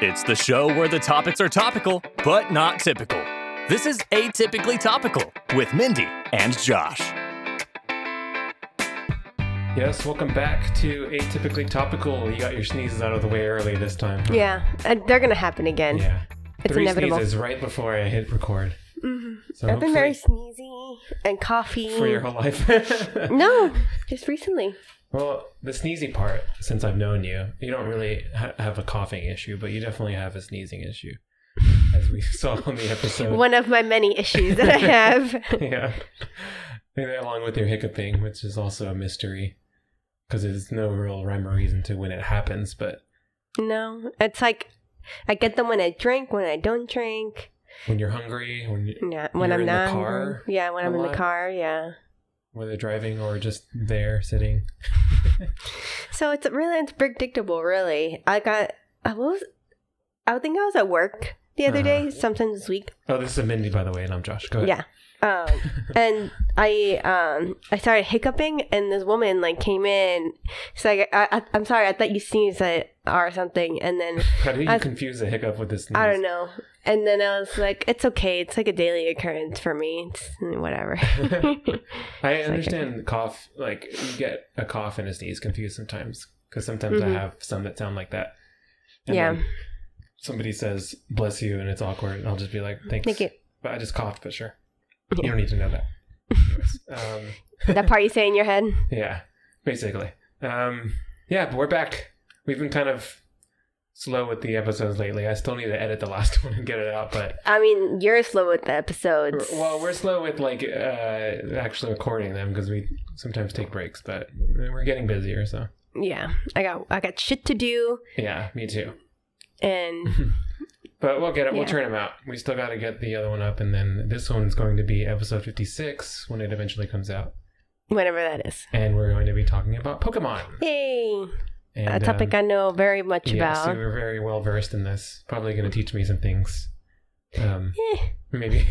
It's the show where the topics are topical, but not typical. This is Atypically Topical with Mindy and Josh. Yes, welcome back to Atypically Topical. You got your sneezes out of the way early this time. Yeah, and they're gonna happen again. Yeah. It's Three inevitable. Mm-hmm. sneezes right before I hit record. So I've been very hopefully sneezy and coffee. for your whole life. no, just recently. well, the sneezy part, since I've known you, you don't really ha- have a coughing issue, but you definitely have a sneezing issue, as we saw on the episode. One of my many issues that I have. yeah. And then along with your hiccuping, which is also a mystery, because there's no real rhyme or reason to when it happens, but no, it's like I get them when I drink, when I don't drink. when you're hungry, when you, Yeah, when You're I'm in the not. car yeah, when a I'm in lot? the car. Yeah. whether driving or just there sitting. So it's really it's predictable. Really, I got. I was. I think I was at work the other Uh-huh. day, sometimes this week. Oh, this is a Mindy, by the way, and I'm Josh. Go ahead. Yeah. Um, and I um I started hiccuping, and this woman like came in. She's like, I, I, "I'm sorry, I thought you sneezed at- or something." And then How do you I- confuse a hiccup with this? I don't know. And then I was like, "It's okay. It's like a daily occurrence for me. It's whatever." I understand the cough. Like you get a cough and a sneeze confused sometimes because sometimes I Mhm. have some that sound like that. Yeah. then Somebody says "bless you" and it's awkward, and I'll just be like, "Thanks." Thank you. But I just coughed, but sure. You don't need to know that. Anyways, um, That part you say in your head. yeah, basically. Um, yeah, but we're back. We've been kind of slow with the episodes lately. I still need to edit the last one and get it out, but I mean, you're slow with the episodes. Well, we're slow with like uh, actually recording them because we sometimes take breaks, but we're getting busier. So yeah, I got I got shit to do, yeah, me too. and But we'll get it. We'll Yeah. turn them out. We still got to get the other one up, and then this one's going to be episode fifty six when it eventually comes out, whatever that is. and we're going to be talking about Pokemon. Yay! And, a topic um, I know very much yes, you about. were very well versed in this. Probably going to teach me some things. Um, Eh. maybe.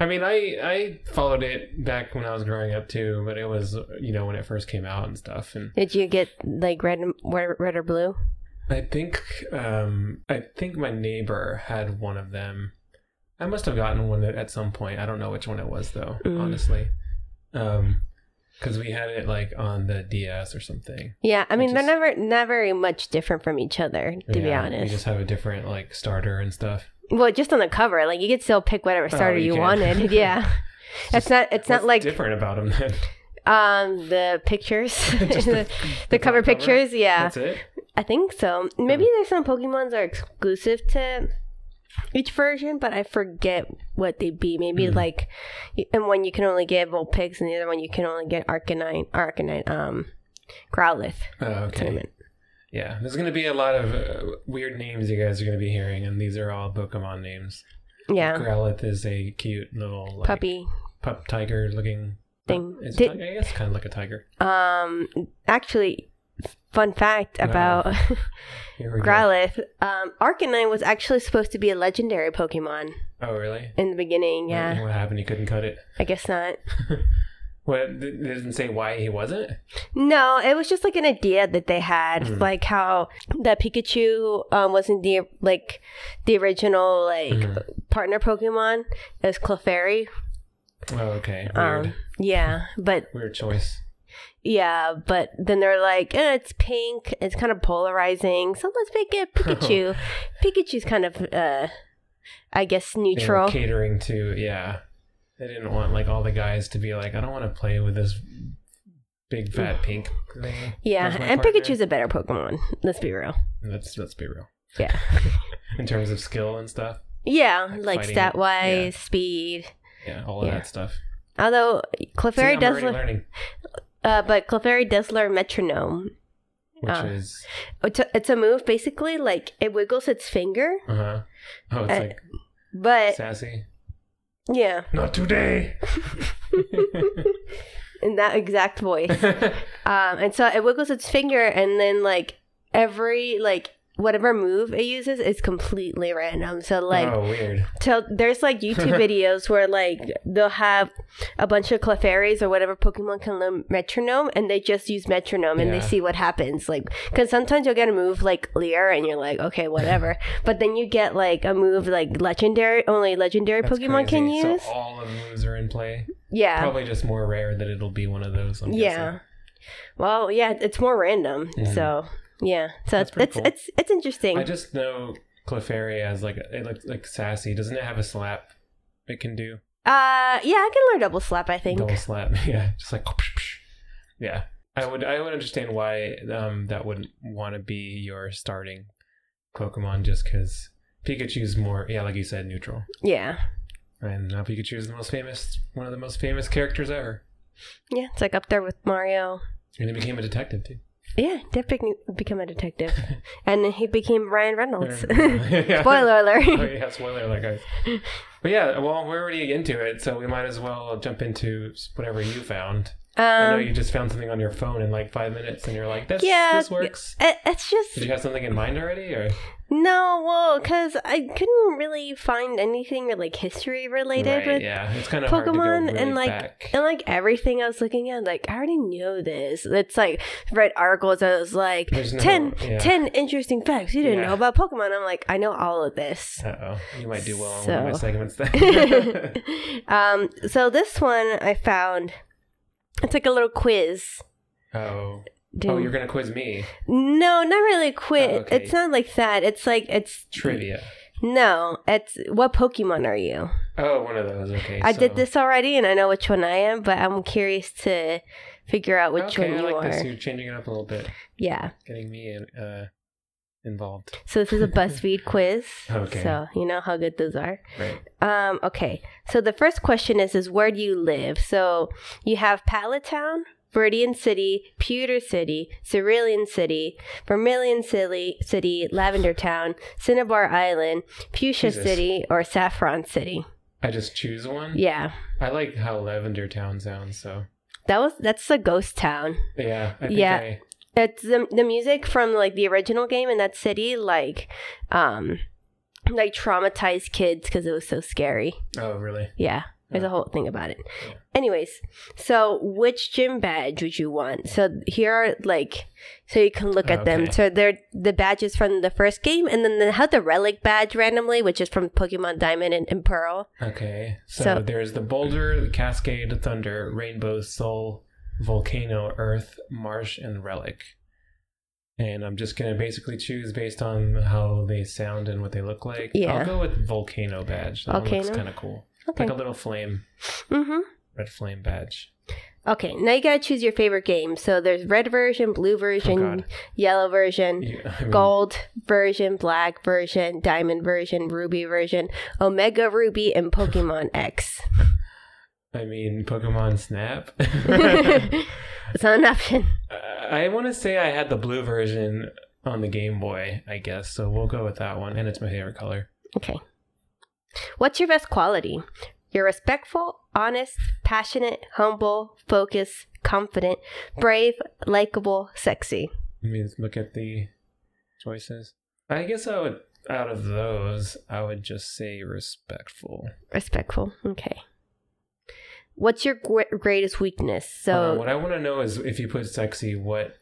I mean, I I followed it back when I was growing up too, but it was you know when it first came out and stuff, and Did you get like red, and- red, red or blue? I think um I think my neighbor had one of them. I must have gotten one at some point. I don't know which one it was though, Mm. honestly. Um cuz we had it like on the DS or something. Yeah, I mean just- they're never not very much different from each other, to be Yeah, We honest. just have a different like starter and stuff. Well, just on the cover, like you could still pick whatever starter Oh, you you can. wanted. Yeah, it's not it's not What's like different about them then. um the pictures, Just the, the- the cover top cover? pictures. Yeah, That's it. I think so. Maybe there's some Pokemons that are exclusive to each version, but I forget what they'd be. Maybe Mhm. like, y- and one you can only get Vulpix, and the other one you can only get Arcanine, or Arcanine, um, Growlithe. Oh, okay. Tournament. Yeah, there's going to be a lot of uh, weird names you guys are going to be hearing and these are all Pokemon names. Yeah, Growlithe is a cute little like, puppy. pup tiger looking Thing. It's Did- a tiger? I guess kind of like a tiger. Um, actually, fun fact about Here we go. Growlithe. Um, Arcanine was actually supposed to be a legendary Pokemon Oh, really? in the beginning. And Yeah, What happened? He couldn't cut it. I guess not. What? They didn't say why he wasn't. No, it was just like an idea that they had, Mm. like how that Pikachu um, wasn't the like the original like Mhm. partner Pokemon. It was Clefairy. Oh, okay. Weird. Um, yeah, but Weird choice. yeah, but then they're like, eh, it's pink. It's kind of polarizing, so let's make it Pikachu. Pikachu's kind of, uh, I guess, They were neutral. catering to yeah. They didn't want like all the guys to be like, I don't want to play with this big fat pink thing. Mm. Yeah, Where's my and partner? Pikachu's a better Pokemon. Let's be real. Let's let's be real. Yeah. In terms of skill and stuff, Yeah, Like like fighting, stat wise, speed. yeah, all of Yeah. that stuff. Although See, Clefairy I'm does already learn, learning, uh, but Clefairy does learn metronome. which Uh. is It's a, it's a move basically like it wiggles its finger, uh huh. Oh, it's Uh, like but sassy. yeah, Not today. in that exact voice. um, and so it wiggles its finger, and then like every like whatever move it uses is completely random. So like oh, weird. till there's like YouTube videos where like they'll have a bunch of Clefairies or whatever Pokemon can learn metronome, and they just use metronome and Yeah. they see what happens. Like, because sometimes you'll get a move like Leer, and you're like, okay, whatever. but then you get like a move like legendary, only legendary That's Pokemon can crazy. use. So all of the moves are in play. yeah, Probably just more rare that it'll be one of those. I'm yeah. guessing. Well, yeah, it's more random. Mhm. So yeah, so That's it's pretty it's, cool. it's it's interesting. I just know Clefairy as like it looks like sassy. Doesn't it have a slap? It can do uh, yeah, I can learn double slap. I think. double slap. Yeah, just like yeah. I would I would understand why um that wouldn't want to be your starting Pokemon just because Pikachu's more yeah like you said neutral Yeah, and now Pikachu is the most famous one of the most famous characters ever yeah, it's like up there with Mario. and he became a detective too. Yeah, Depp bec- became a detective, and he became Ryan Reynolds. Yeah. Spoiler alert! oh yeah, spoiler alert, guys. But yeah, well, we're already into it, so we might as well jump into whatever you found. I know Um, you just found something on your phone in like five minutes, and you're like, "This, yeah, this works." it, it's just Did you have something in mind already, or no, well, because I couldn't really find anything really, like history related Right, with, yeah, it's kind of Pokemon hard to go really and, like, back. and like everything I was looking at, like I already know this. It's like read articles. I was like There's no- 10, yeah. 10 interesting facts you didn't Yeah. know about Pokemon. I'm like, I know all of this. Uh oh, you might do well on one of my So- segments then. um, so this one I found. It's like a little quiz. oh, oh, Didn't- you're gonna quiz me No, not really quit. Oh, okay. It's not like that. It's like it's trivia. No, it's what Pokemon are you? Oh, one of those. Okay, I did so- this already, and I know which one I am, but I'm curious to figure out which okay, one I you like are. this. You're changing it up a little bit, Yeah. getting me in, uh, involved. So this is a BuzzFeed quiz. Okay. So you know how good those are. Right. Um. Okay. So the first question is: Is where do you live? So you have Palatown, Viridian City, Pewter City, Cerulean City, Vermilion City, City, Lavender Town, Cinnabar Island, Fuchsia Jesus. City, or Saffron City. I just choose one. Yeah. I like how Lavender Town sounds. So That was that's a ghost town. yeah, I think Yeah. I, It's the the music from like the original game in that city, like, um, like traumatized kids because it was so scary. oh really? Yeah, there's Yeah. a whole thing about it. Yeah. Anyways, so which gym badge would you want? So here are like, so you can look at them. Okay. So they're the badges from the first game, and then they have the relic badge randomly, which is from Pokemon Diamond and, and Pearl. Okay, so, So- there's the Boulder, the Cascade, the Thunder, Rainbow, Soul, Volcano, Earth, Marsh, and Relic. And I'm just gonna basically choose based on how they sound and what they look like. I'll Yeah. go with Volcano badge. That one looks Volcano? kind of cool, Okay. like a little flame, Mm-hmm. red flame badge. Okay, now you gotta choose your favorite game. So there's red version, blue version, God. yellow version. You- I mean, gold version, black version, diamond version, ruby version, omega ruby, and Pokemon X. I mean, Pokemon Snap. it's not an option. I want to say I had the blue version on the Game Boy, I guess. So we'll go with that one, and it's my favorite color. Okay. What's your best quality? You're respectful, honest, passionate, humble, focused, confident, brave, likable, sexy. Let me just look at the choices. I guess I would, out of those, I would just say respectful. Respectful. Okay. What's your gr- greatest weakness? Hold on, So, Uh, what I want to know is if you put sexy, what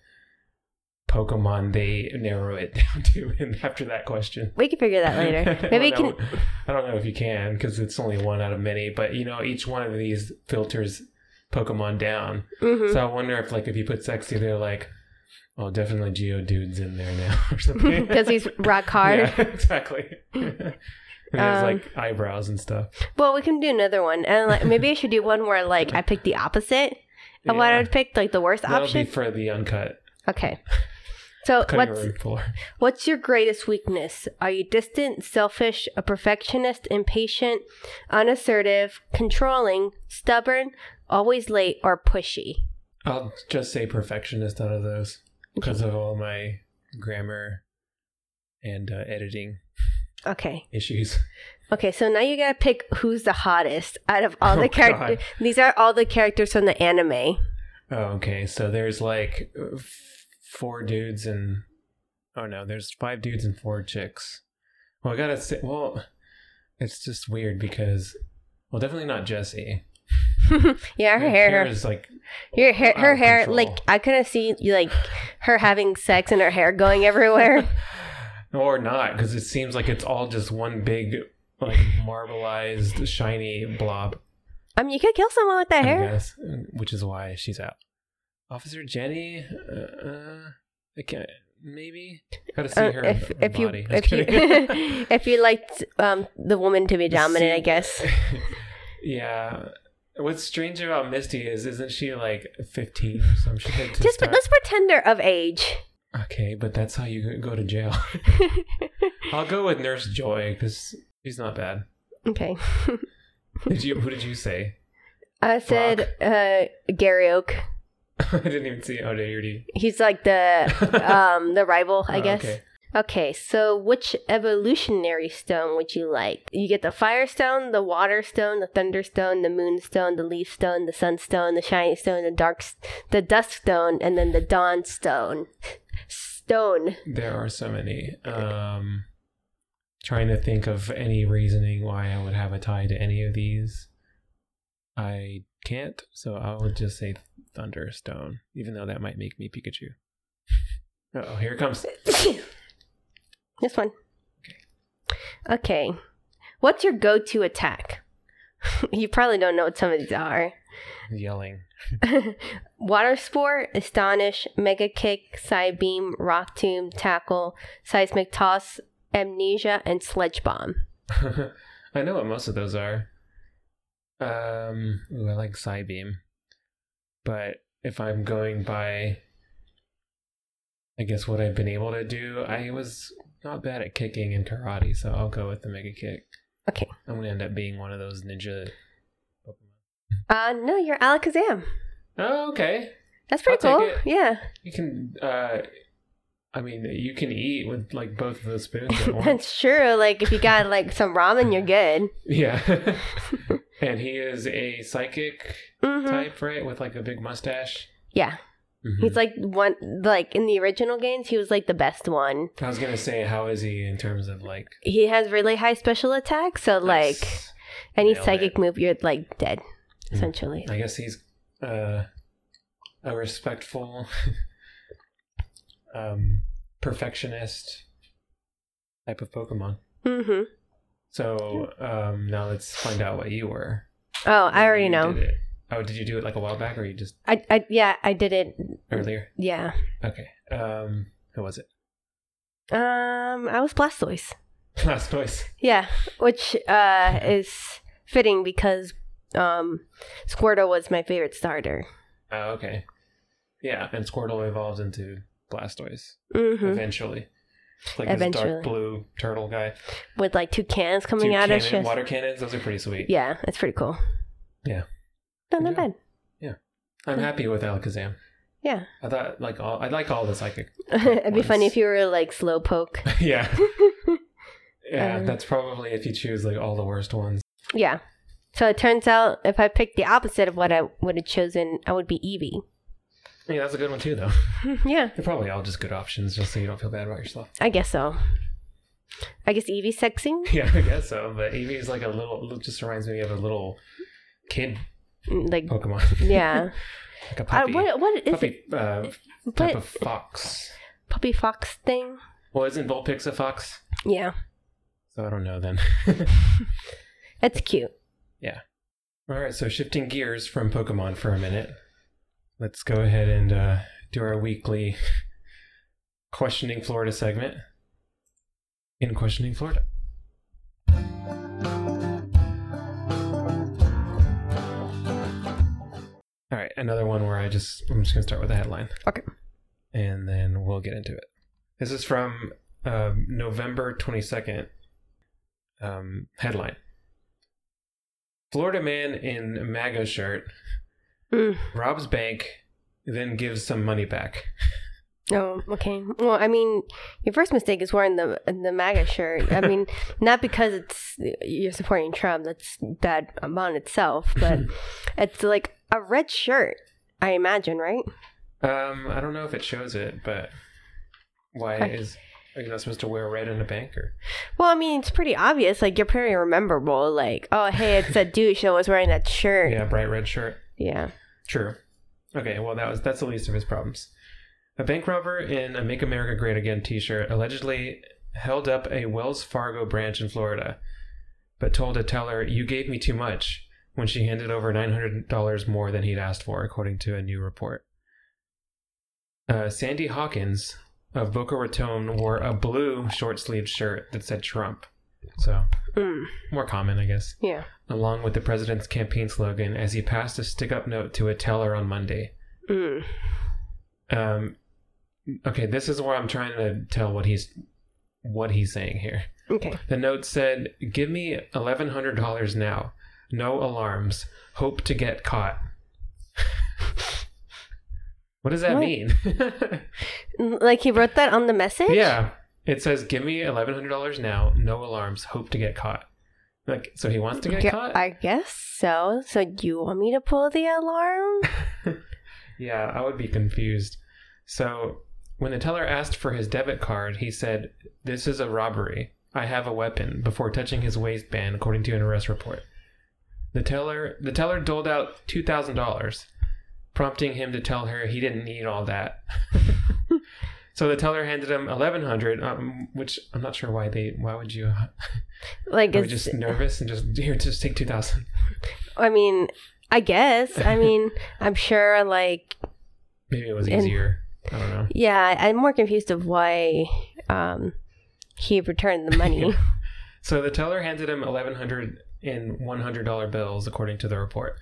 Pokemon they narrow it down to, and after that question. we can figure that later. Maybe you I can don't know- I don't know if you can because it's only one out of many, but you know, each one of these filters Pokemon down. mhm. So I wonder if, like, if you put sexy, they're like, oh, definitely Geodude's in there now or something. because he's rock hard. Yeah, exactly. and he has, Um, like, eyebrows and stuff. Well, we can do another one, and like maybe I should do one where like I pick the opposite of what Yeah. I'd pick, like the worst That'll option. be for the uncut. okay. So Cutting what's room floor. what's your greatest weakness? Are you distant, selfish, a perfectionist, impatient, unassertive, controlling, stubborn, always late, or pushy? I'll just say perfectionist out of those because of all my grammar and uh, editing Okay. issues. Okay, so now you gotta pick who's the hottest out of all Oh, the characters. God. These are all the characters from the anime. Oh, okay. So there's like f- four dudes and Oh no, there's five dudes and four chicks. Well, I gotta say, well, it's just weird because, well, definitely not Jesse. yeah, her hair, is like your hair, out her of hair. control. Like I couldn't see like her having sex and her hair going everywhere. or not because it seems like it's all just one big like marbleized shiny blob. I mean, you could kill someone with that I hair. guess, which is why she's out. Officer Jenny, uh, uh, I can't. Maybe gotta see Uh, her, if her if you body. Just if you kidding. if you liked um, the woman to be dominant, I See- guess. yeah. What's strange about Misty is isn't she like 15 or some shit? to Just start? let's pretend they're of age. Okay, but that's how you go to jail. I'll go with Nurse Joy because she's not bad. okay, Did you? Who did you say? I said uh, Gary Oak. I didn't even see. Oh, did you already? He's like the um, the rival, I Oh, guess. okay. Okay, so which evolutionary stone would you like? You get the fire stone, the water stone, the thunder stone, the moon stone, the leaf stone, the sun stone, the shining stone, the dark, s- the dusk stone, and then the dawn stone. Stone. There are so many. Um, trying to think of any reasoning why I would have a tie to any of these. I can't, so I would just say Thunderstone, even though that might make me Pikachu. Oh, here it comes. this one. Okay. What's your go-to attack? you probably don't know what some of these are. Yelling. Water Spore, Astonish, Mega Kick, Side Beam, Rock Tomb, Tackle, Seismic Toss, Amnesia, and Sledge Bomb. I know what most of those are. Um, ooh, I like Psybeam, but if I'm going by, I guess what I've been able to do, I was not bad at kicking and karate, so I'll go with the mega kick. Okay. I'm gonna end up being one of those ninja. Uh, no, you're Alakazam. Oh, okay. That's pretty I'll cool. take it. Yeah. You can. uh I mean, you can eat with like both of those spoons at once. That's true. Like, if you got, like, some ramen, you're good. yeah. and he is a psychic hmm type, right? With like a big mustache. Yeah. Mhm. He's, like, one, like, in the original games, he was, like, the best one. I was gonna say, how is he in terms of like He has really high special attack, so, like, s- any Nailed psychic it. move, you're, like, dead, Mm. essentially. I guess he's uh, a respectful, um, perfectionist type of Pokemon. hmm So um, now let's find out what you were. Oh, I You already know. did it. Oh, did you do it like a while back, or you just I, I, yeah, I did it. earlier? Yeah. Okay. Um, who was it? Um, I was Blastoise. Last voice. Yeah, which uh is fitting because um Squirtle was my favorite starter. Oh, okay. Yeah, and Squirtle evolves into Blastoise hmm eventually. It's Like this Eventually. dark blue turtle guy. With like two cans coming Two out cannon, of shit. water cannons. Those are pretty sweet. Yeah, it's pretty cool. Yeah. Not, not Good job. bad. I'm happy with Alakazam. Yeah. I thought like all I like all the psychic. It'd be funny Once. if you were like Slowpoke. yeah, yeah. Um, that's probably if you choose like all the worst ones. yeah. So it turns out if I picked the opposite of what I would have chosen, I would be Eevee. Yeah, that's a good one too, though. yeah, They're probably all just good options, just so you don't feel bad about yourself. I guess so. I guess Eevee sexing? Yeah, I guess so. But Eevee is like a little. little- Just reminds me of a little kid Mm, Like, Pokemon, yeah. like a Uh, puppy, what, what is puppy uh, it? type What- of fox. puppy fox thing. Well, isn't Vulpix a fox? Yeah, So I don't know then. it's cute. All right, so shifting gears from Pokemon for a minute, let's go ahead and uh, do our weekly questioning Florida segment. In questioning Florida, all right, another one where I just I'm just gonna start with a headline. Okay. and then we'll get into it. This is from um, November twenty second. Um, headline. Florida man in MAGA shirt Mm. robs bank, then gives some money back. Oh, okay. Well, I mean, your first mistake is wearing the the MAGA shirt. I mean, not because it's you're supporting Trump. That's bad on itself, but it's like a red shirt. I imagine, right? Um, I don't know if it shows it, but Why Okay. is are you not supposed to wear red in a banker? Well, I mean, it's pretty obvious. Like, you're pretty rememberable. Like, oh, hey, it's that douche that was wearing that shirt. Yeah, bright red shirt. Yeah. True. Okay, well that was that's the least of his problems. A bank robber in a Make America Great Again t-shirt allegedly held up a Wells Fargo branch in Florida, but told a teller, "You gave me too much." When she handed over nine hundred dollars more than he'd asked for, according to a new report. Uh, Sandy Hawkins of Boca Raton wore a blue short-sleeved shirt that said Trump, so Mm, more common, I guess yeah. along with the president's campaign slogan as he passed a stick up note to a teller on Monday. Mm. Um, okay, this is where I'm trying to tell what he's what he's saying here. Okay. The note said, "Give me eleven hundred dollars now. No alarms. Hope to get caught." what does that What? mean? N- Like, he wrote that on the message? yeah, it says, "Give me eleven hundred dollars now. No alarms. Hope to get caught." Like, so he wants to get Gu- caught. I guess so. So, you want me to pull the alarm? Yeah, I would be confused. So, when the teller asked for his debit card, he said, This is a robbery. I have a weapon, before touching his waistband, according to an arrest report. The teller the teller doled out two thousand dollars, prompting him to tell her he didn't need all that. so the teller handed him eleven hundred, um, which I'm not sure why they why would you uh, like, are we it's. just nervous and just here just take two thousand. I mean, I guess. I mean, I'm sure, like, Maybe it was And- easier. I don't know. yeah, I- I'm more confused of why um, he returned the money. So the teller handed him eleven hundred in one hundred dollar bills, according to the report.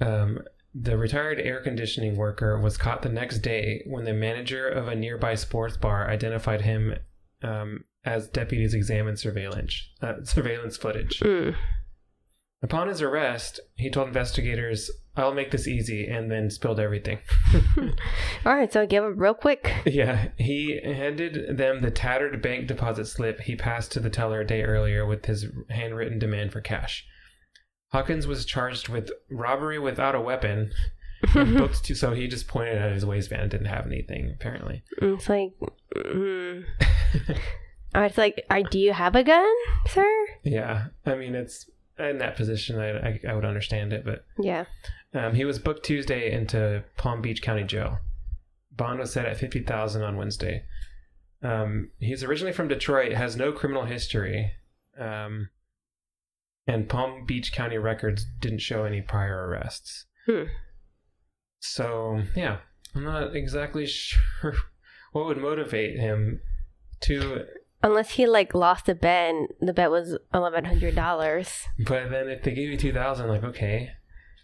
Um, the retired air conditioning worker was caught the next day when the manager of a nearby sports bar identified him um, as deputies examined surveillance uh, surveillance footage. mm. Upon his arrest, he told investigators, "I'll make this easy," and then spilled everything. All right, so give him real quick. Yeah, he handed them the tattered bank deposit slip he passed to the teller a day earlier with his handwritten demand for cash. Hawkins was charged with robbery without a weapon, and booked to, so he just pointed at his waistband and didn't have anything, apparently. And It's like, mm. I was like, I, do you have a gun, sir? Yeah, I mean, it's in that position, I, I, I would understand it, but Yeah. um, he was booked Tuesday into Palm Beach County Jail. Bond was set at 50000 on Wednesday. Um, he's originally from Detroit, has no criminal history, um, and Palm Beach County records didn't show any prior arrests. Hmm. So, yeah, I'm not exactly sure what would motivate him to. Unless he like lost a bet, and the bet was eleven hundred dollars. But then if they give you 2000 like, okay,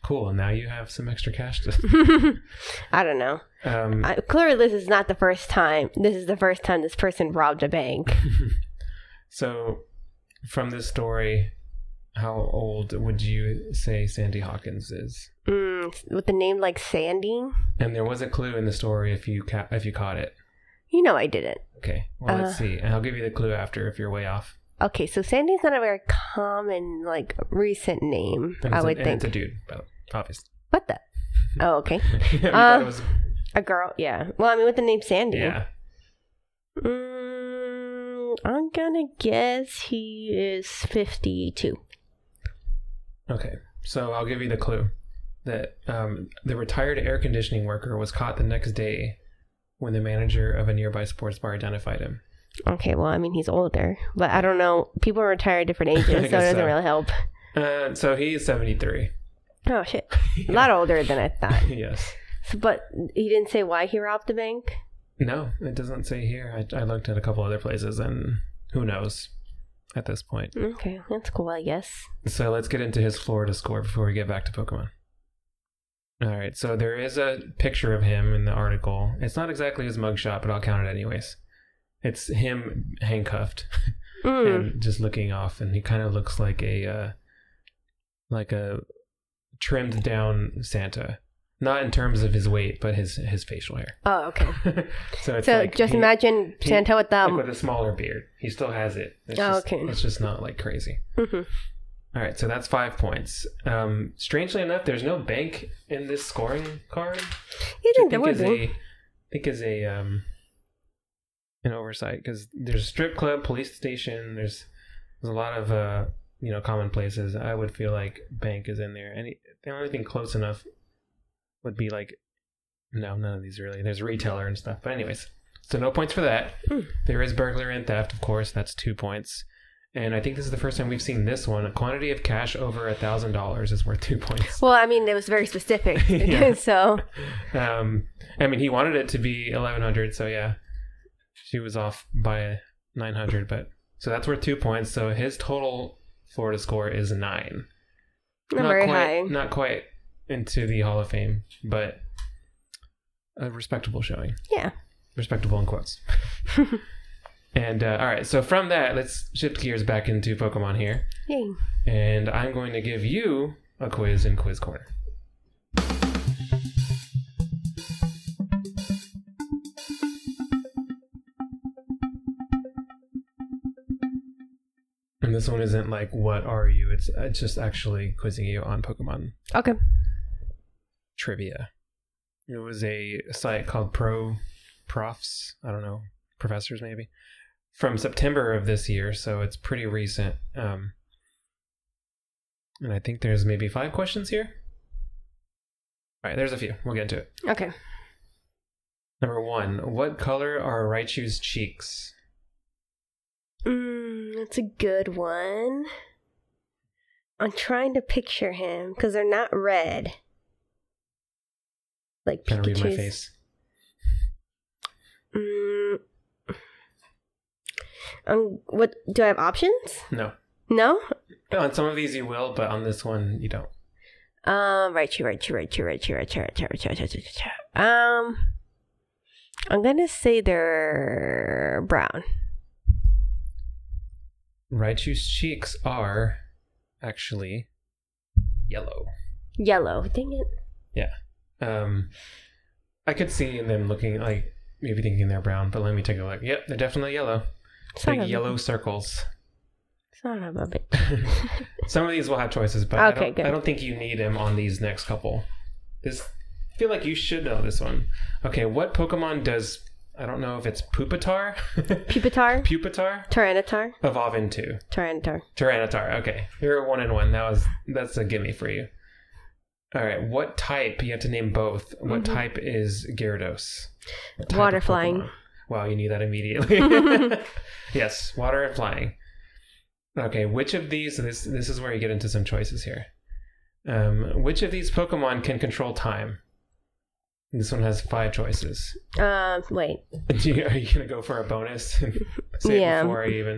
cool, now you have some extra cash to. I don't know. Um, I, clearly, this is not the first time. This is the first time this person robbed a bank. So, from this story, how old would you say Sandy Hawkins is? Mm, with a name like Sandy, And there was a clue in the story if you ca- if you caught it. you know I didn't. Okay, well Uh. let's see, and I'll give you the clue after if you're way off. Okay, so Sandy's not a very common, like, recent name. And I it's a- would and think. it's a dude, but obviously. what the? Oh, okay. You thought it Uh. was- A girl, yeah. Well, I mean, with the name Sandy. yeah, Mm, I'm gonna guess he is 52. Okay, so I'll give you the clue that um, the retired air conditioning worker was caught the next day when the manager of a nearby sports bar identified him. Okay, well, I mean, he's older, but I don't know. People retire at different ages, so it guess doesn't so. really help. Uh, so he's seventy three. Oh, shit. A lot older than I thought. yes. So, but he didn't say why he robbed the bank? No, it doesn't say here. I, I looked at a couple other places, and who knows at this point. Okay, that's cool, I guess. So let's get into his Florida score before we get back to Pokemon. All right, so there is a picture of him in the article. It's not exactly his mugshot, but I'll count it anyways. It's him handcuffed Mm. and just looking off, and he kind of looks like a uh, like a trimmed down Santa. Not in terms of his weight, but his his facial hair. Oh, okay. so it's so like just he- imagine he- Santa with like um. with a smaller beard. He still has it. It's Oh, just, okay. It's just not like crazy. mhm. All right, so that's five points. Um, strangely enough, there's no bank in this scoring card. You which think there would is be? a, I think is a um, and oversight because there's a strip club, police station. There's there's a lot of uh, you know common places. I would feel like bank is in there. Any the only thing close enough would be like no, none of these really. There's retailer and stuff. But anyways, so no points for that. Hmm. There is burglary and theft, of course. That's two points. And I think this is the first time we've seen this one. A quantity of cash over a thousand dollars is worth two points. Well, I mean, it was very specific. Yeah. so, Um, I mean, he wanted it to be eleven hundred, so yeah, she was off by nine hundred, but so that's worth two points. So his total Florida score is nine. not, very quite, high. Not quite into the Hall of Fame, but a respectable showing. Yeah. Respectable in quotes. and uh, all right, so from that, let's shift gears back into Pokemon here, Yay. and I'm going to give you a quiz in Quiz Corner. And this one isn't like what are you? It's it's just actually quizzing you on Pokemon Okay. trivia. It was a site called Pro Profs, I don't know, professors maybe, from September of this year, so it's pretty recent. Um, and I think there's maybe five questions here. All right, there's a few. We'll get into it. Okay. Number one, what color are Raichu's cheeks? Mm, that's a good one. I'm trying to picture him because they're not red. Like Trying to read my Pikachu's. face. Mm. Um, what do I have options? No. No. On some of these you will, but on this one you don't. Um, right, you, right, you, right, you, right, you, right, you, right, you, right, you, right, you, right, you, right, you. Um, I'm gonna say they're brown. Raichu's cheeks are actually yellow. Yellow. Dang it. Um, I could see them looking like maybe thinking they're brown, but let me take a look. Yep, they're definitely yellow. Son Big of a- yellow circles. Son of a bitch. Some of these will have choices, but I, Okay, don't, good. I don't think you need them on these next couple. This I feel like you should know this one. Okay, what Pokemon does I don't know if it's Pupitar, Pupitar. Pupitar Tyranitar. evolve into Tyranitar. Tyranitar. Okay, you're a one and one. That was that's a gimme for you. All right, what type? You have to name both. What Mhm. type is Gyarados? What type Water of flying. Pokemon? Wow, you knew that immediately. yes, water and flying. Okay, which of these? This this is where you get into some choices here. Um, which of these Pokemon can control time? This one has five choices. Um, wait. Do you- Are you gonna go for a bonus? Say Yeah. it before I even.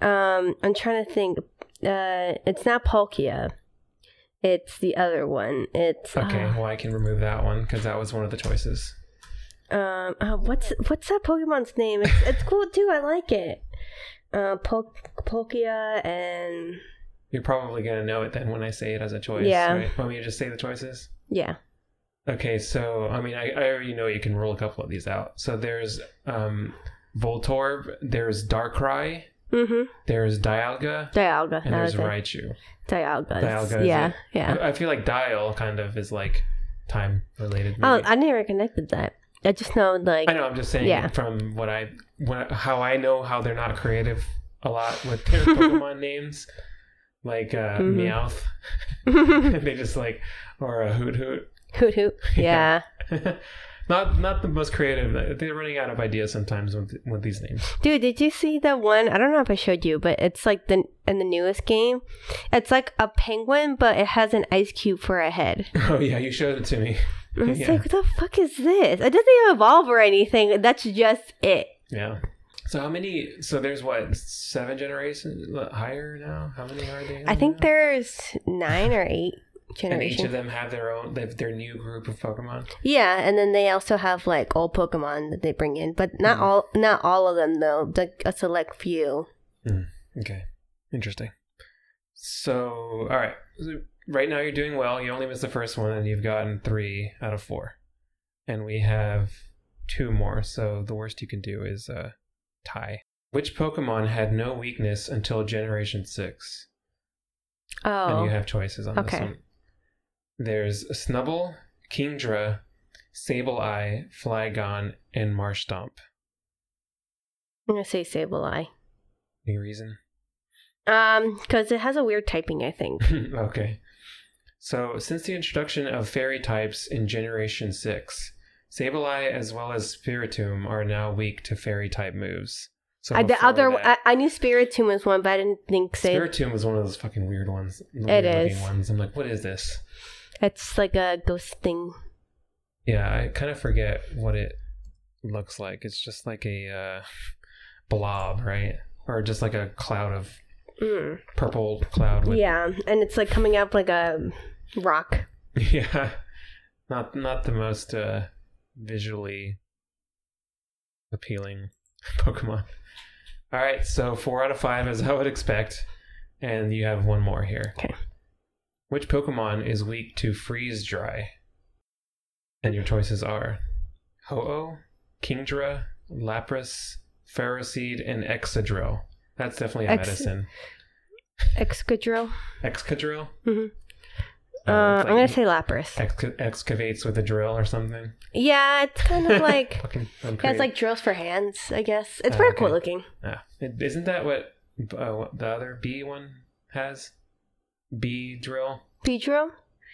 Um, I'm trying to think. Uh, it's not Palkia. It's the other one. It's Okay, uh, well I can remove that one because that was one of the choices. um, uh, what's what's that Pokemon's name? It's, it's cool too. I like it. Uh, Pol- Palkia and You're probably gonna know it then when I say it as a choice. Yeah. Right? Want me to just say the choices? yeah. Okay, so I mean, I, I already know you can rule a couple of these out. So there's um, Voltorb, there's Darkrai, Mm-hmm. there's Dialga, Dialga. and that there's was it. Raichu. Dialga. Dialga is Yeah. it. Uh, Yeah. I, I feel like Dial kind of is like time related. Oh, maybe. I never connected that. I just know like I know. I'm just saying Yeah. from what I when, how I know how they're not creative a lot with their Pokemon names, like uh, Mhm. Meowth. they just like or a Hoot Hoot. hoot hoot. Yeah. not not the most creative. They're running out of ideas sometimes with with these names. Dude, did you see that one? I don't know if I showed you, but it's like the in the newest game. It's like a penguin, but it has an ice cube for a head. Oh yeah, you showed it to me. And I was Yeah. like, what the fuck is this? It doesn't even evolve or anything. That's just it. Yeah. So how many? So there's what seven generations what, higher now? How many are there? I think now? there's nine or eight And each of generations. them have their own, they have their new group of Pokemon. Yeah, and then they also have like old Pokemon that they bring in, but not Mhm. all, not all of them though. Like a select few. Okay, interesting. So all right, So right now you're doing well. You only missed the first one, and you've gotten three out of four, and we have two more. So the worst you can do is uh, tie. Which Pokemon had no weakness until Generation Six? and Oh, you have choices on this Okay. one. There's Snubble, Kingdra, Sableye, Flygon, and Marshtomp. I'm gonna say Sable Eye. Any reason? Um, because it has a weird typing, I think. okay. So, since the introduction of fairy types in Generation 6, Sableye as well as Spiritomb are now weak to fairy type moves. So I, the before other, that, I, I knew Spiritomb was one, but I didn't think say Spiritomb was one of those fucking weird ones. The weird It looking is. Ones. I'm like, what is this? it's like a ghost thing. Yeah, I kind of forget what it looks like. It's just like a uh, blob, right? Or just like a cloud of Mm. purple cloud with Yeah, and it's like coming up like a rock. Yeah. Not not the most uh visually appealing Pokemon. All right, so 4 out of 5 as I would expect, and you have one more here. Okay. Which Pokemon is weak to freeze dry? And your choices are Ho-Oh, Kingdra, Lapras, Ferroseed, and Exadrill. That's definitely a Ex- medicine. Excadrill. Excadrill? Mhm. Oh, Uh, it's I'm gonna like say Lapras. exca- excavates with a drill or something. yeah, it's kind of like Fucking it has uncreative. like drills for hands. I guess it's Oh, pretty okay. cool looking. Ah. It- Isn't that what uh, what the other B one has? B drill. Pedro.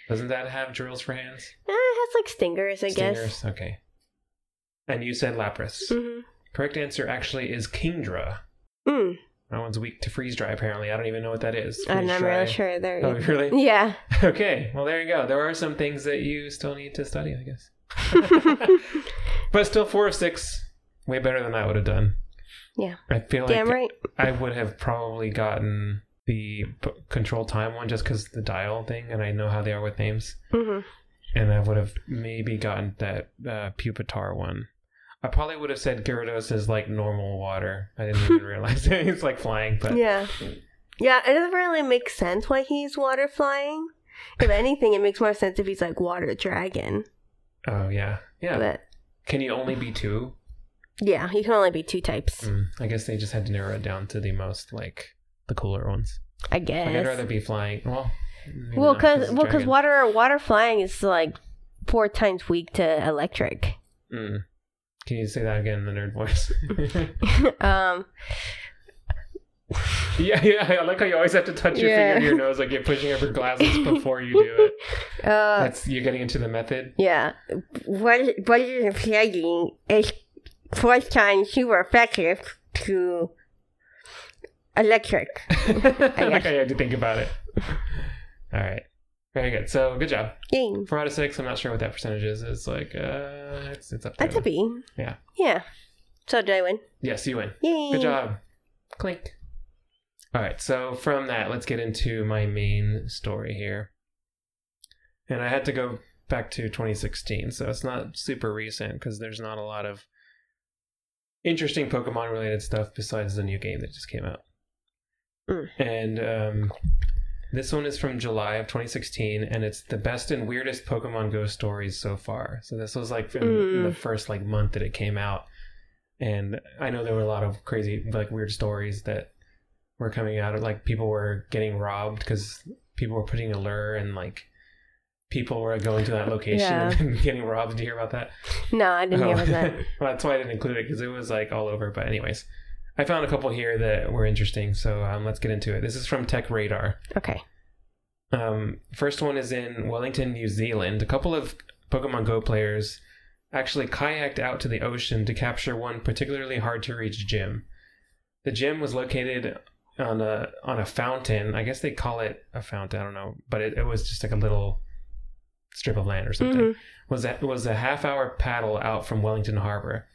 Doesn't that have drills for hands? Eh, it has like stingers, I guess. Stingers? Okay. And you said Lapras. hmm Correct answer actually is Kingdra. Mm. That one's weak to freeze dry. Apparently, I don't even know what that is. I'm Freeze not dry. really sure there. Oh, either. really? Yeah. Okay. Well, there you go. There are some things that you still need to study, I guess. But still, four of six, way better than I would have done. Yeah. I feel like Damn right. I would have probably gotten the p- control time one just because the dial thing, and I know how they are with names. hmm And I would have maybe gotten that uh, Pupitar one. I probably would have said Gyarados is like normal water. I didn't even realize it. it's like flying, but Yeah. Yeah, it doesn't really make sense why he's water flying. If anything, it makes more sense if he's like water dragon. oh yeah, yeah. But Can you only be two? yeah, he can only be two types. Mm, I guess they just had to narrow it down to the most like the cooler ones. I Like, I'd guess. rather be flying. Well, maybe Well, not, because it's well, cause dragon. water water flying is like four times weak to electric. Mm. Can you say that again in the nerd voice? um, Yeah, yeah. I like how you always have to touch your Yeah. finger to your nose, like you're pushing up your glasses before you do it. uh, That's you're getting into the method. yeah. Water water flying is four times super effective to electric. I like guess. how you had to think about it. All right, very good. So good job. Dang. Four out of six. I'm not sure what that percentage is. It's like uh, it's, it's up there. That's a B. Yeah. Yeah. So did I win? Yes, you win. Yay. Good job. Clink. All right, so from that, let's get into my main story here. And I had to go back to 2016, so it's not super recent because there's not a lot of interesting Pokemon related stuff besides the new game that just came out. Mm. And um, this one is from July of 2016, and it's the best and weirdest Pokemon Go stories so far. So this was like in, in the first like month that it came out, and I know there were a lot of crazy like weird stories that were coming out. Like people were getting robbed because people were putting a lure and like people were going to that location Yeah. and getting robbed. Did you hear about that? No, I didn't hear about that. well, that's why I didn't include it because it was like all over. But anyways, I found a couple here that were interesting. So um, let's get into it. This is from Tech Radar. Okay. Um, first one is in Wellington, New Zealand. A couple of Pokemon Go players actually kayaked out to the ocean to capture one particularly hard to reach gym. The gym was located on a on a fountain. I guess they call it a fountain. I don't know, but it, it was just like a little strip of land or something Mhm. was a, was a half hour paddle out from Wellington Harbor.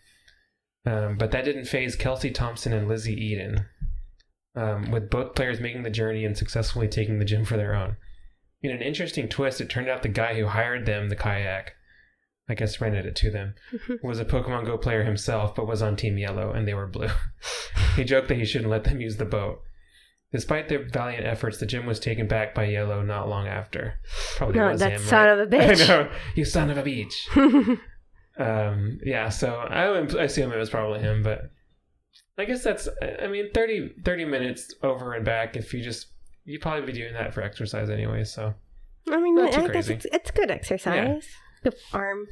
Um, but that didn't phase Kelsey Thompson and Lizzie Eden, um, with both players making the journey and successfully taking the gym for their own. In an interesting twist, it turned out the guy who hired them the kayak, I guess rented it to them, was a Pokemon Go player himself, but was on Team Yellow and they were blue. he joked that he shouldn't let them use the boat. Despite their valiant efforts, the gym was taken back by Yellow not long after. Probably No, was that him, son right? of a bitch. I know. You son of a beach. um, yeah, so I would assume it was probably him, but I guess that's, I mean, 30, 30 minutes over and back if you just, you'd probably be doing that for exercise anyway, so. I mean, Not I too guess crazy. it's, it's good exercise. Good arm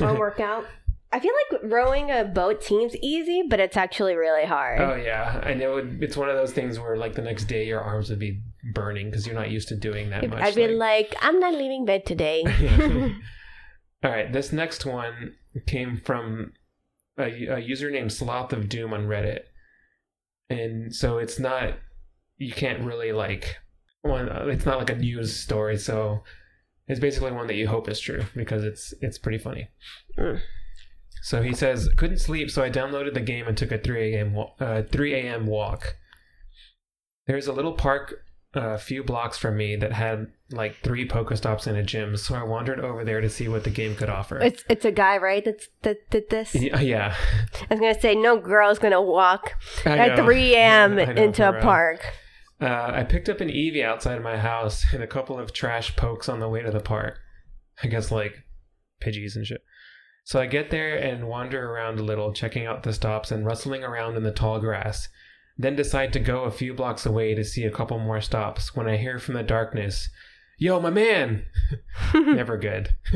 arm workout. I feel like rowing a boat seems easy, but it's actually really hard. Oh yeah, and it would. It's one of those things where like the next day your arms would be burning because you're not used to doing that If much. I'd be like, I'm not leaving bed today. All right, this next one came from a, a user named Sloth of Doom on Reddit, and so it's not you can't really like one. uh, It's not like a news story, so it's basically one that you hope is true because it's it's pretty funny. Mm. So he says, couldn't sleep, so I downloaded the game and took a 3 a.m. wa- uh, 3 a.m. walk. There's a little park uh, a few blocks from me that had like three Pokestops and a gym, so I wandered over there to see what the game could offer. It's it's a guy, right? That's that did this. Y- yeah, I was gonna say no girl's gonna walk I at know. 3 a.m. I know, into for a real. park. Uh, I picked up an Eevee outside of my house and a couple of trash pokes on the way to the park. I guess like Pidgeys and shit. So I get there and wander around a little, checking out the stops and rustling around in the tall grass. Then decide to go a few blocks away to see a couple more stops when I hear from the darkness, Yo, my man! Never good.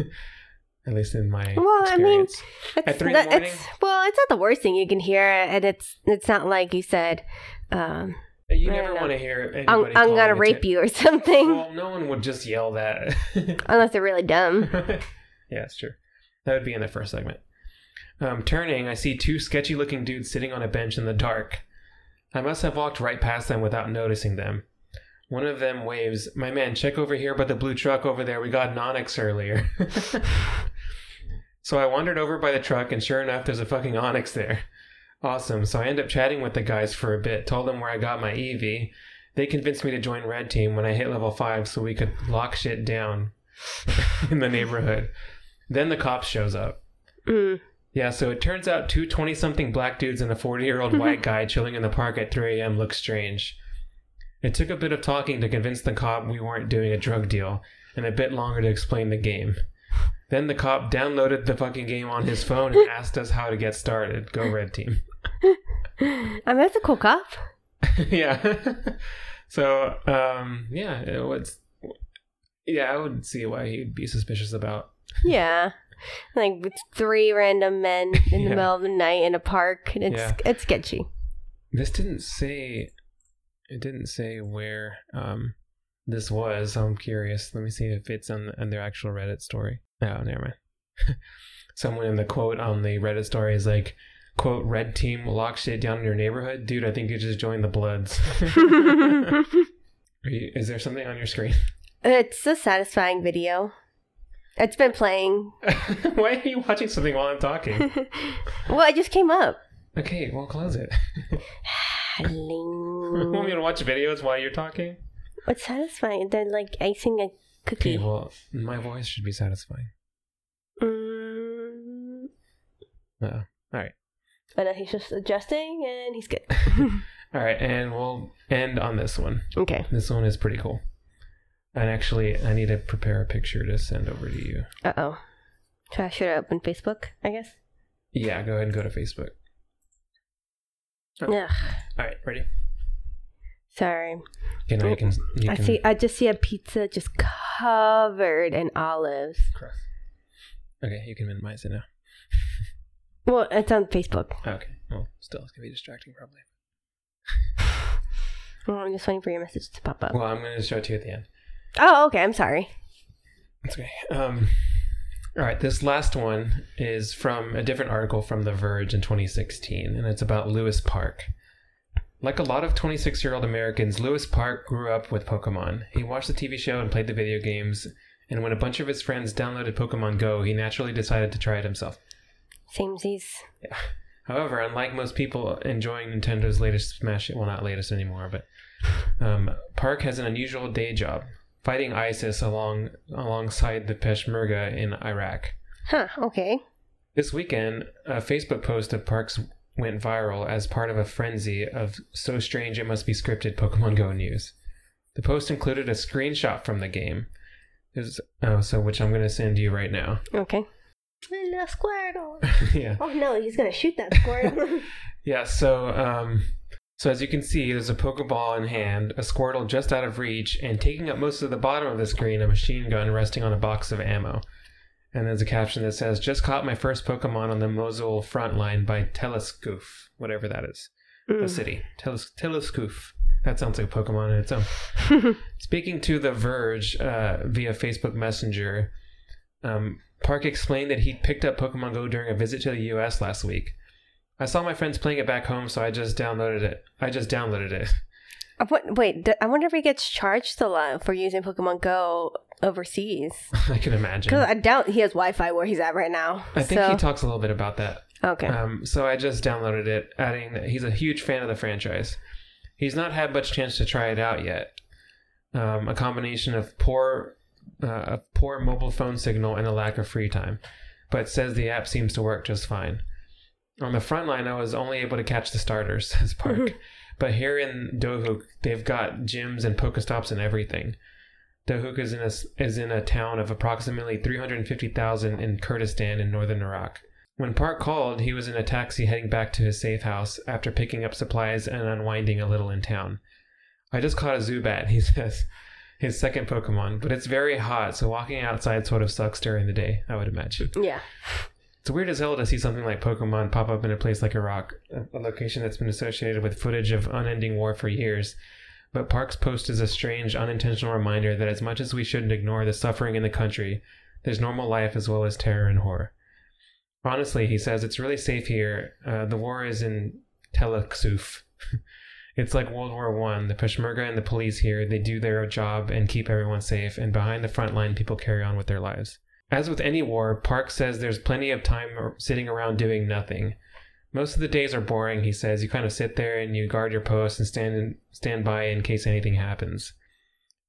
At least in my Well, I mean, experience. It's At three in not, the morning? it's well, it's not the worst thing you can hear, and it's it's not like you said, um, you I never don't know. want to hear I'm, anybody. I'm gonna calling rape atten- you or something, Well, no one would just yell that. unless they're really dumb. yeah, it's true. That would be in the first segment. Um, turning, I see two sketchy looking dudes sitting on a bench in the dark. I must have walked right past them without noticing them. One of them waves, My man, check over here by the blue truck over there. We got an Onyx earlier. so I wandered over by the truck, and sure enough, there's a fucking Onyx there. Awesome. So I end up chatting with the guys for a bit, told them where I got my EV. They convinced me to join Red Team when I hit level 5 so we could lock shit down in the neighborhood. Then the cop shows up. Mm. Yeah, so it turns out two 20 something black dudes and a 40 year old white guy chilling in the park at 3 a.m. looks strange. It took a bit of talking to convince the cop we weren't doing a drug deal, and a bit longer to explain the game. Then the cop downloaded the fucking game on his phone and asked us how to get started. Go red team. I mean, that's a cool cop. yeah. so, um, yeah, it was. Yeah, I would see why he'd be suspicious about Yeah. Like with three random men in Yeah. the middle of the night in a park. and It's Yeah. it's sketchy. this didn't say it didn't say where um this was so i'm curious let me see if it's on, on their actual reddit story oh never mind someone in the quote on the reddit story is like quote red team lock shit down in your neighborhood dude i think you just joined the bloods Are you, is there something on your screen it's a satisfying video. It's been playing. why are you watching something while i'm talking well, it just came up. okay well close it want me Hello. to watch videos while you're talking it's satisfying. They're like icing a okay cookie. well my voice should be satisfying Mm. oh And then he's just adjusting and he's good. All right, and we'll end on this one. Okay. This one is pretty cool. And actually, I need to prepare a picture to send over to you. Uh oh. Should I, should I open Facebook? I guess. Yeah, go ahead and go to Facebook. Oh. Yeah. All right, ready? Sorry. Okay, now you can. You I can see. I just see a pizza just covered in olives. cross. Okay, you can minimize it now. Well, it's on Facebook. Okay. Well, still, it's gonna be distracting probably. Oh, I'm just waiting for your message to pop up. Well, I'm gonna show it to you at the end. Oh, okay. I'm sorry. That's okay. Um, all right, this last one is from a different article from The Verge in 2016, and it's about Lewis Park. Like a lot of 26 year old Americans, Lewis Park grew up with Pokemon. He watched the TV show and played the video games, and when a bunch of his friends downloaded Pokemon Go, he naturally decided to try it himself. Samesies. However, unlike most people enjoying Nintendo's latest Smash, well, not latest anymore, but um, Park has an unusual day job, fighting ISIS along alongside the Peshmerga in Iraq. Huh. Okay. This weekend, a Facebook post of Parks went viral as part of a frenzy of so strange it must be scripted Pokemon Go news. The post included a screenshot from the game. There's, oh, so which I'm going to send you right now. Okay. Little Squirtle. yeah. Oh no, he's gonna shoot that Squirtle. Yeah, so um so as you can see, there's a Pokeball in hand, a Squirtle just out of reach, and taking up most of the bottom of the screen, a machine gun resting on a box of ammo. And there's a caption that says, "Just caught my first Pokemon on the Mosul front line by Telescoof, whatever that is, Hmm. a city. Teles- Telescoof. That sounds like a Pokemon in its own." Speaking to The Verge uh, via Facebook Messenger, um, Park explained that he picked up Pokemon Go during a visit to the U.S. last week. I saw my friends playing it back home, so I just downloaded it. I just downloaded it. I won- wait, d- I wonder if he gets charged a lot for using Pokemon Go overseas. I can imagine. Because I doubt he has Wi-Fi where he's at right now. I think so, he talks a little bit about that. okay. Um, so I just downloaded it, adding that he's a huge fan of the franchise. He's not had much chance to try it out yet. Um, a combination of poor, uh, a poor mobile phone signal and a lack of free time, but says the app seems to work just fine. On the front line, I was only able to catch the starters, says Park. but here in Dohuk, they've got gyms and Pokestops and everything. Dohuk is in a s- is in a town of approximately 350,000 in Kurdistan in northern Iraq. When Park called, he was in a taxi heading back to his safe house after picking up supplies and unwinding a little in town. I just caught a Zubat, he says, his second Pokemon, but it's very hot, so walking outside sort of sucks during the day, I would imagine. yeah. It's weird as hell to see something like Pokemon pop up in a place like Iraq, a a location that's been associated with footage of unending war for years. But Park's post is a strange, unintentional reminder that as much as we shouldn't ignore the suffering in the country, there's normal life as well as terror and horror. Honestly, he says, it's really safe here. Uh, the war is in Telexuf. it's like World War One. The Peshmerga and the police here, they do their job and keep everyone safe, and behind the front line, people carry on with their lives. As with any war, Park says there's plenty of time or- sitting around doing nothing. Most of the days are boring, he says. You kind of sit there and you guard your post and stand in, stand by in case anything happens.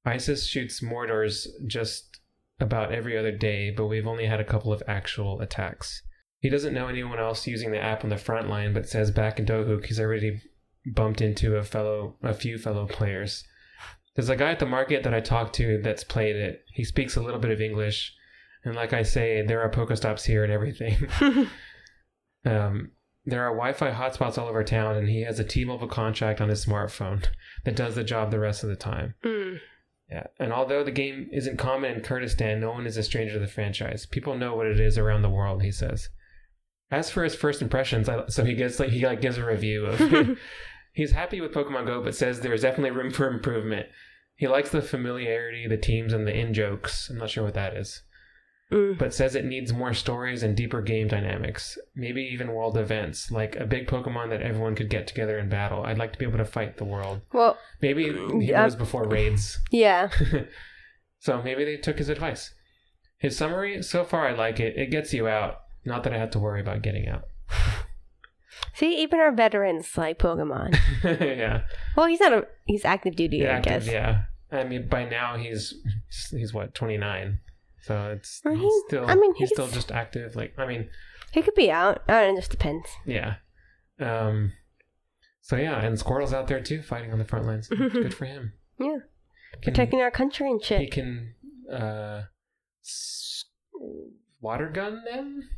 ISIS shoots mortars just about every other day, but we've only had a couple of actual attacks. He doesn't know anyone else using the app on the front line, but says back in Dohuk he's already bumped into a fellow a few fellow players. There's a guy at the market that I talked to that's played it. He speaks a little bit of English, and like I say, there are Pokestops here and everything. um, there are Wi-Fi hotspots all over town, and he has a T-Mobile contract on his smartphone that does the job the rest of the time. Mm. Yeah. And although the game isn't common in Kurdistan, no one is a stranger to the franchise. People know what it is around the world, he says. As for his first impressions, I, so he gets like he like gives a review of. he's happy with Pokemon Go, but says there is definitely room for improvement. He likes the familiarity, the teams, and the in jokes. I'm not sure what that is Mm. but says it needs more stories and deeper game dynamics. Maybe even world events, like a big Pokemon that everyone could get together and battle. I'd like to be able to fight the world. Well, Maybe he Yeah. was before raids, yeah. so maybe they took his advice. His summary so far, I like it. It gets you out. Not that I have to worry about getting out. See, even our veterans like Pokemon. yeah, well, he's not a he's active duty, I active, guess. yeah. I mean, by now he's he's what twenty nine, so it's Well, he's he- still. I mean, he's still he's- just active. Like I mean, He could be out. I don't know, it just depends. Yeah. Um so yeah, and Squirtle's out there too, fighting on the front lines. Good for him. Mm-hmm. Yeah. Can- Protecting our country and he shit. can uh s- water gun them?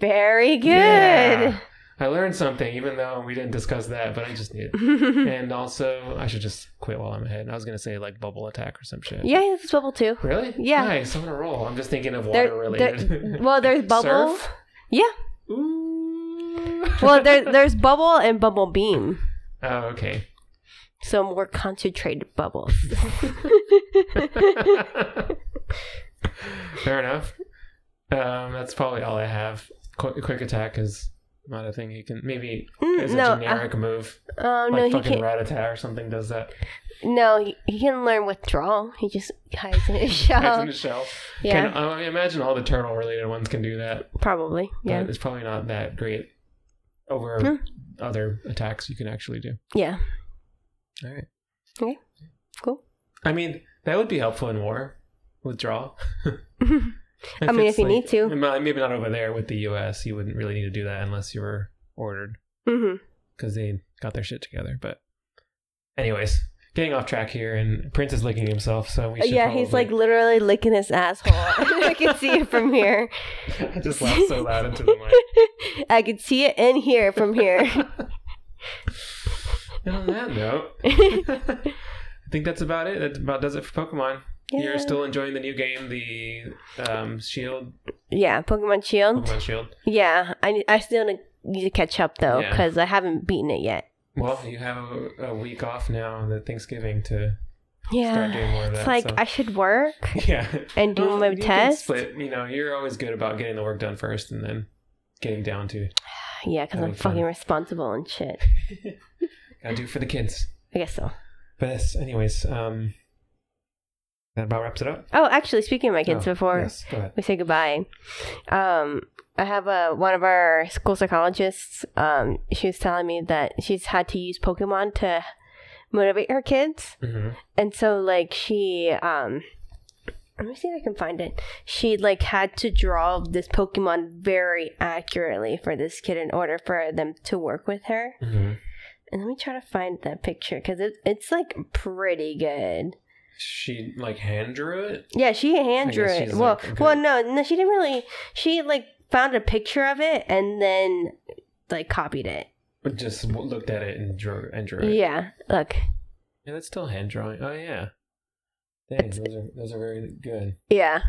Very good. Yeah. I learned something, even though we didn't discuss that, but I just need it. and also I should just quit while I'm ahead. I was gonna say like bubble attack or some shit. yeah, he has bubble too. Really? Yeah. Nice, I'm gonna roll. I'm just thinking of water There, there, related. well, there's bubble. Surf? Yeah. Ooh. Well, there, there's bubble and bubble beam. Oh, okay. So more concentrated bubbles. Fair enough. Um, that's probably all I have. Quick, quick attack is not a thing you can. Maybe Mm, it's no, a generic move. Oh like no, he fucking can't. Rattata or something does that. No, he, he can learn withdrawal. He just hides in his Hides shell. in the shell. Uh-huh. yeah, Can, I mean, imagine all the turtle related ones can do that. probably. But Yeah, It's probably not that great over Hmm. other attacks you can actually do. yeah. All right. Okay. Cool. I mean, that would be helpful in war. Withdraw. Mm-hmm. I mean, if you need to. Maybe not over there with the U.S. You wouldn't really need to do that unless you were ordered. hmm because they got their shit together. But, anyways, getting off track here, and Prince is licking himself, so we should. Uh, Yeah, he's like probably- literally licking his asshole. I can see it from here. I just laughed so loud into the mic. I could see it in here from here. And on that note, I think that's about it. That about does it for Pokemon. Yeah. You're still enjoying the new game, the um, Shield yeah, Pokemon Shield. Pokemon Shield. Yeah, I I still need to catch up though Yeah. because I haven't beaten it yet. Well, you have a, a week off now, the Thanksgiving to start Yeah, doing more of that. it's like so- I should work yeah. and do Well, my you can tests. Split. You know, you're always good about getting the work done first and then getting down to Yeah, because That'd I'm be fun. fucking responsible and shit. gotta do it for the kids. I guess so. But yes, anyways, um, that about wraps it up. Oh, actually, speaking of my kids, Oh, before yes, go ahead. we say goodbye, um, I have a one of our school psychologists. Um, she was telling me that she's had to use Pokemon to motivate her kids. Mhm. and so like she um let me see if I can find it. She like had to draw this Pokemon very accurately for this kid in order for them to work with her. Mhm. And let me try to find that picture because it, it's like pretty good. She like hand drew it. Yeah, she hand I guess drew it. she's, Well, like, okay. well, no, no, she didn't really. She like found a picture of it and then like copied it. But just w- looked at it and drew and drew it. Yeah, look, Yeah, that's still hand drawing. Oh yeah. Dang, It's- those are those are very good. yeah,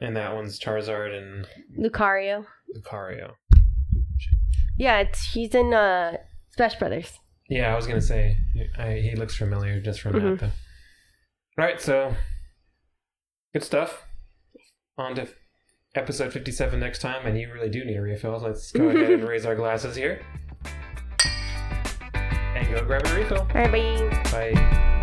And that one's Charizard and Lucario. Lucario. Yeah, it's he's in uh Smash Brothers. Yeah, I was gonna say I, he looks familiar just from Mhm. that. Though. All right, so good stuff. On to episode fifty-seven next time, and you really do need a refill. Let's go ahead and raise our glasses here and go grab a refill. All right, bye. Bye.